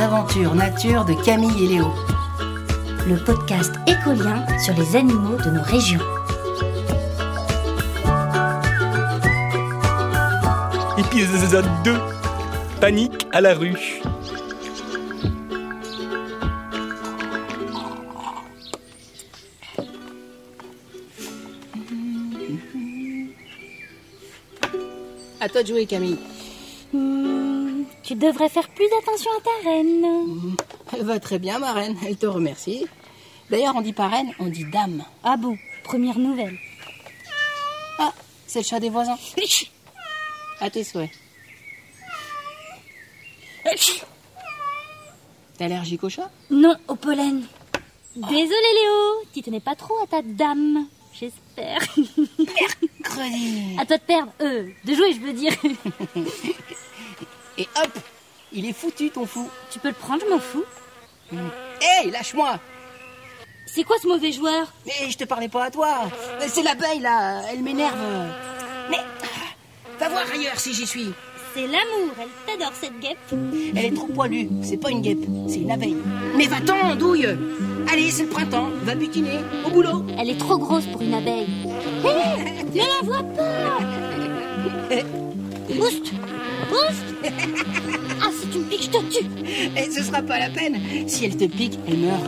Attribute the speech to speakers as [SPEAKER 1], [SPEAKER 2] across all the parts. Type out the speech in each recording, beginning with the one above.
[SPEAKER 1] aventures nature de Camille et Léo.
[SPEAKER 2] Le podcast écolien sur les animaux de nos régions.
[SPEAKER 3] Épisode 2 euh, Panique à la rue.
[SPEAKER 4] À toi de jouer, Camille.
[SPEAKER 2] Hmm, tu devrais faire plus attention à ta reine.
[SPEAKER 4] Elle va très bien, ma reine. Elle te remercie. D'ailleurs, on dit pas reine, on dit dame.
[SPEAKER 2] Ah bon, première nouvelle.
[SPEAKER 4] Ah, c'est le chat des voisins. À tes souhaits. T'es allergique au chat
[SPEAKER 2] Non, au pollen. Désolé Léo, tu tenais pas trop à ta dame, j'espère.
[SPEAKER 4] Creusé.
[SPEAKER 2] À toi de perdre, euh, de jouer, je veux dire.
[SPEAKER 4] Et hop Il est foutu, ton fou.
[SPEAKER 2] Tu peux le prendre, je m'en fous.
[SPEAKER 4] Hé, lâche-moi
[SPEAKER 2] C'est quoi ce mauvais joueur
[SPEAKER 4] Mais je te parlais pas à toi. Mais C'est l'abeille, là. Elle m'énerve. Mais... Va voir ailleurs si j'y suis.
[SPEAKER 2] C'est l'amour, elle t'adore cette guêpe.
[SPEAKER 4] Elle est trop poilue. C'est pas une guêpe, c'est une abeille. Mais va-t'en, andouille Allez, c'est le printemps. Va butiner. Au boulot
[SPEAKER 2] Elle est trop grosse pour une abeille. Hé, ne la vois pas Oust Oust Ah, si tu me piques, je te tue
[SPEAKER 4] Et ce sera pas la peine. Si elle te pique, elle meurt.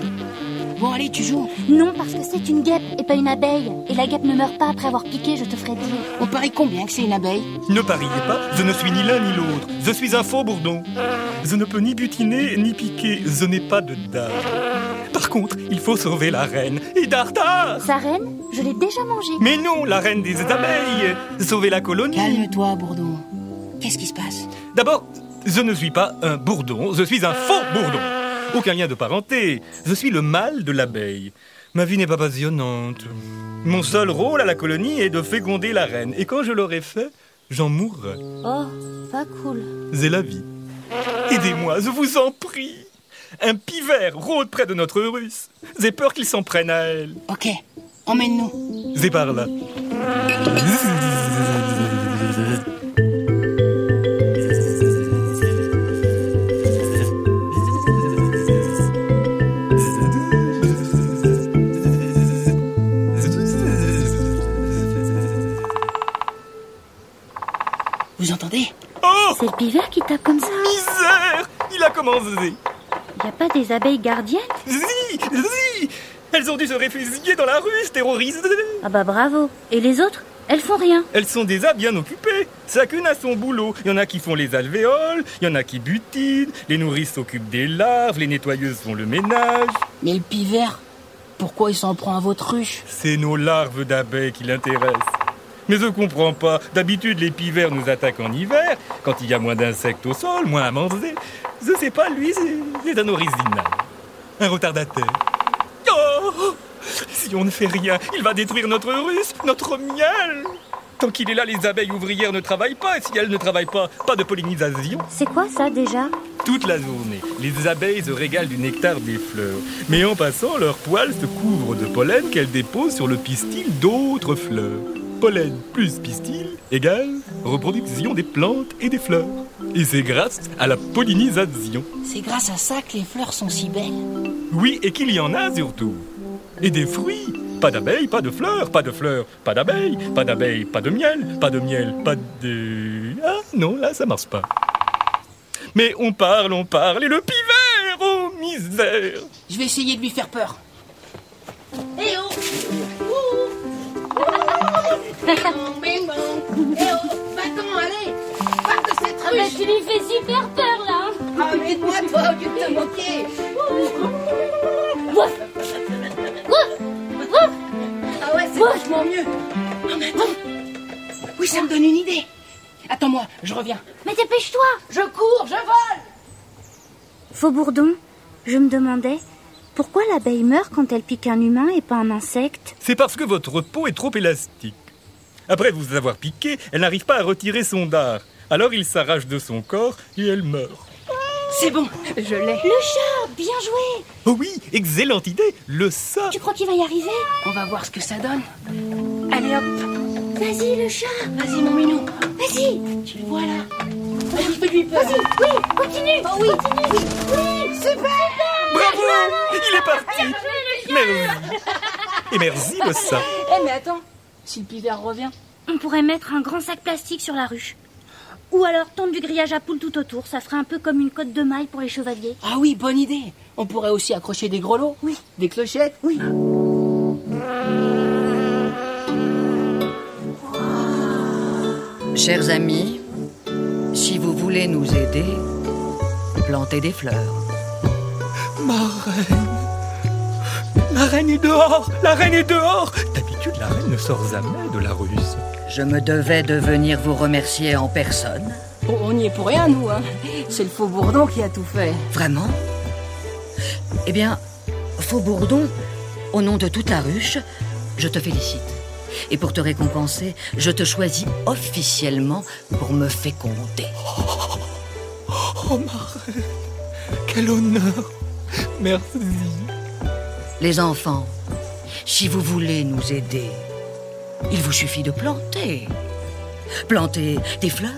[SPEAKER 4] Bon, allez, tu joues.
[SPEAKER 2] Non, parce que c'est une guêpe et pas une abeille. Et la guêpe ne meurt pas après avoir piqué, je te ferai dire.
[SPEAKER 4] On parie combien que c'est une abeille
[SPEAKER 3] Ne pariez pas, je ne suis ni l'un ni l'autre. Je suis un faux bourdon. Je ne peux ni butiner ni piquer. Je n'ai pas de dard. Par contre, il faut sauver la reine. Et d'Artar
[SPEAKER 2] Sa reine, je l'ai déjà mangée.
[SPEAKER 3] Mais non, la reine des abeilles Sauver la colonie
[SPEAKER 4] Calme-toi, Bourdon. Qu'est-ce qui se passe
[SPEAKER 3] D'abord, je ne suis pas un bourdon, je suis un faux bourdon. Aucun lien de parenté. Je suis le mâle de l'abeille. Ma vie n'est pas passionnante. Mon seul rôle à la colonie est de féconder la reine. Et quand je l'aurai fait, j'en mourrai.
[SPEAKER 2] Oh, pas cool.
[SPEAKER 3] C'est la vie. Aidez-moi, je vous en prie. Un pivert rôde près de notre russe. J'ai peur qu'il s'en prenne à elle.
[SPEAKER 4] Ok, emmène-nous.
[SPEAKER 3] C'est par là.
[SPEAKER 4] Vous entendez
[SPEAKER 3] Oh
[SPEAKER 2] C'est le pivert qui tape comme ça
[SPEAKER 3] Misère Il a commencé.
[SPEAKER 2] Y a pas des abeilles gardiennes
[SPEAKER 3] Zi Zi Elles ont dû se réfugier dans la rue, terrorisées.
[SPEAKER 2] Ah bah bravo. Et les autres Elles font rien.
[SPEAKER 3] Elles sont déjà bien occupées. Chacune a son boulot. Il y en a qui font les alvéoles, il y en a qui butinent, les nourrices s'occupent des larves, les nettoyeuses font le ménage.
[SPEAKER 4] Mais le pivert, pourquoi il s'en prend à votre ruche
[SPEAKER 3] C'est nos larves d'abeilles qui l'intéressent. Mais je comprends pas. D'habitude, les pivers nous attaquent en hiver, quand il y a moins d'insectes au sol, moins à manger. Je sais pas, lui, c'est- c'est un original. Un retardataire. Oh Si on ne fait rien, il va détruire notre russe, notre miel Tant qu'il est là, les abeilles ouvrières ne travaillent pas, et si elles ne travaillent pas, pas de pollinisation.
[SPEAKER 2] C'est quoi ça déjà
[SPEAKER 3] Toute la journée, les abeilles se régalent du nectar des fleurs. Mais en passant, leurs poils se couvrent de pollen qu'elles déposent sur le pistil d'autres fleurs. Pollen plus pistil égale reproduction des plantes et des fleurs. Et c'est grâce à la pollinisation.
[SPEAKER 4] C'est grâce à ça que les fleurs sont si belles.
[SPEAKER 3] Oui, et qu'il y en a surtout. Et des fruits. Pas d'abeilles, pas de fleurs, pas de fleurs, pas d'abeilles, pas d'abeilles, pas de miel, pas de miel, pas de... Ah non, là, ça marche pas. Mais on parle, on parle, et le pivert, oh misère
[SPEAKER 4] Je vais essayer de lui faire peur.
[SPEAKER 2] Eh oh
[SPEAKER 4] Eh oh, va-t'en, allez Part de cette
[SPEAKER 2] Ah bah tu lui fais super peur là hein.
[SPEAKER 4] Ah, mais moi toi, au lieu de te moquer
[SPEAKER 2] Wouf Wouf Wouf
[SPEAKER 4] Ah ouais, c'est vachement mieux Ah, mais attends Oui, ça me donne une idée Attends-moi, je reviens.
[SPEAKER 2] Mais dépêche-toi
[SPEAKER 4] Je cours, je vole
[SPEAKER 2] Faux bourdon, je me demandais pourquoi l'abeille meurt quand elle pique un humain et pas un insecte
[SPEAKER 3] C'est parce que votre peau est trop élastique. Après vous avoir piqué, elle n'arrive pas à retirer son dard. Alors il s'arrache de son corps et elle meurt.
[SPEAKER 4] C'est bon, je l'ai.
[SPEAKER 2] Le chat Bien joué
[SPEAKER 3] Oh oui, excellente idée, le chat
[SPEAKER 2] Tu crois qu'il va y arriver
[SPEAKER 4] On va voir ce que ça donne. Allez hop,
[SPEAKER 2] Vas-y le chat
[SPEAKER 4] vas-y mon minou.
[SPEAKER 2] Vas-y
[SPEAKER 4] Tu le vois là Allez, fais-lui peur.
[SPEAKER 5] Oui, continue
[SPEAKER 4] Oh oui.
[SPEAKER 5] Continue Oui,
[SPEAKER 4] Super
[SPEAKER 3] Bravo Il est parti Merci Et merci, le ça.
[SPEAKER 5] Eh, mais attends, si le pivert revient.
[SPEAKER 2] On pourrait mettre un grand sac plastique sur la ruche. Ou alors tendre du grillage à poules tout autour, ça ferait un peu comme une côte de maille pour les chevaliers.
[SPEAKER 4] Ah oui, bonne idée. On pourrait aussi accrocher des grelots. Oui. Des clochettes. Oui.
[SPEAKER 6] Chers amis, si vous voulez nous aider, plantez des fleurs.
[SPEAKER 3] Ma reine La reine est dehors La reine est dehors D'habitude, la reine ne sort jamais de la ruse.
[SPEAKER 6] Je me devais de venir vous remercier en personne.
[SPEAKER 4] On, on y est pour rien, nous. Hein. C'est le faux bourdon qui a tout fait.
[SPEAKER 6] Vraiment Eh bien, Faubourdon, au nom de toute la ruche, je te félicite. Et pour te récompenser, je te choisis officiellement pour me féconder.
[SPEAKER 3] Oh, ma reine Quel honneur Merci
[SPEAKER 6] Les enfants, si vous voulez nous aider, il vous suffit de planter. Planter des fleurs,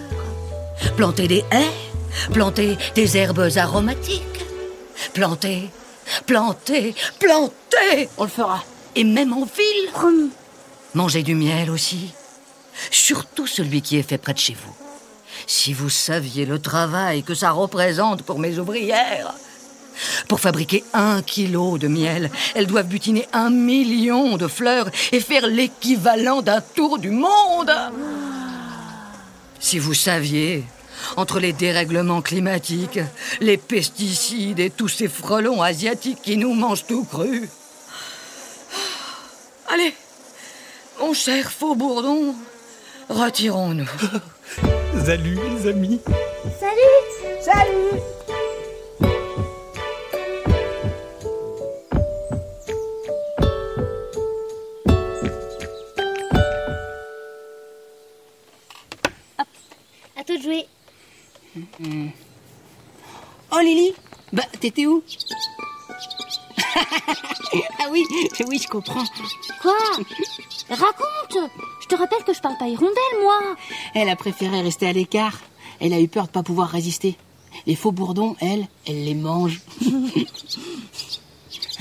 [SPEAKER 6] planter des haies, planter des herbes aromatiques, planter, planter, planter,
[SPEAKER 4] On le fera.
[SPEAKER 6] et même en ville.
[SPEAKER 2] Promis.
[SPEAKER 6] Mangez du miel aussi, surtout celui qui est fait près de chez vous. Si vous saviez le travail que ça représente pour mes ouvrières. Pour fabriquer un kilo de miel, elles doivent butiner un million de fleurs et faire l'équivalent d'un tour du monde. Si vous saviez, entre les dérèglements climatiques, les pesticides et tous ces frelons asiatiques qui nous mangent tout cru. Allez, mon cher Faubourdon, retirons-nous.
[SPEAKER 3] Salut, les amis
[SPEAKER 5] Salut Salut
[SPEAKER 2] À toi de jouer.
[SPEAKER 4] Oh Lily Bah t'étais où Ah oui, oui je comprends.
[SPEAKER 2] Quoi Raconte Je te rappelle que je parle pas hirondelle, moi
[SPEAKER 4] Elle a préféré rester à l'écart. Elle a eu peur de pas pouvoir résister. Les faux bourdons, elle, elle les mange.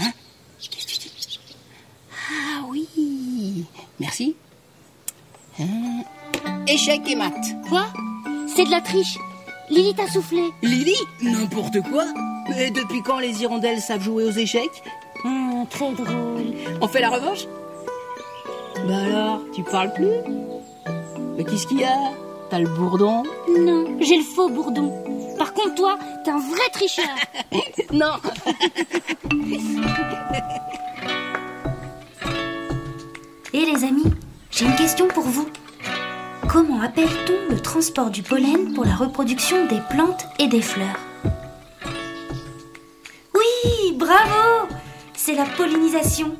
[SPEAKER 4] Hein Qu'est-ce que tu dis Ah oui. Merci. Hein Échec et mat.
[SPEAKER 2] Quoi C'est de la triche. Lily t'a soufflé.
[SPEAKER 4] Lily N'importe quoi. Mais depuis quand les hirondelles savent jouer aux échecs
[SPEAKER 2] Hum, très drôle.
[SPEAKER 4] On fait la revanche Bah alors, tu parles plus Mais qu'est-ce qu'il y a T'as le bourdon
[SPEAKER 2] Non, j'ai le faux bourdon. Par contre, toi, t'es un vrai tricheur.
[SPEAKER 4] Non
[SPEAKER 2] Et Eh, les amis, j'ai une question pour vous. Comment appelle-t-on le transport du pollen pour la reproduction des plantes et des fleurs Oui, bravo C'est la pollinisation.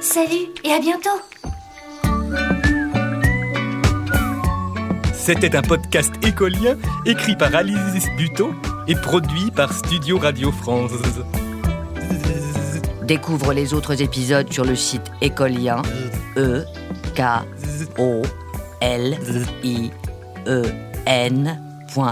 [SPEAKER 2] Salut et à bientôt
[SPEAKER 3] C'était un podcast écolien écrit par Alice Buteau et produit par Studio Radio France.
[SPEAKER 6] Découvre les autres épisodes sur le site écolien e k o l i e n.fr.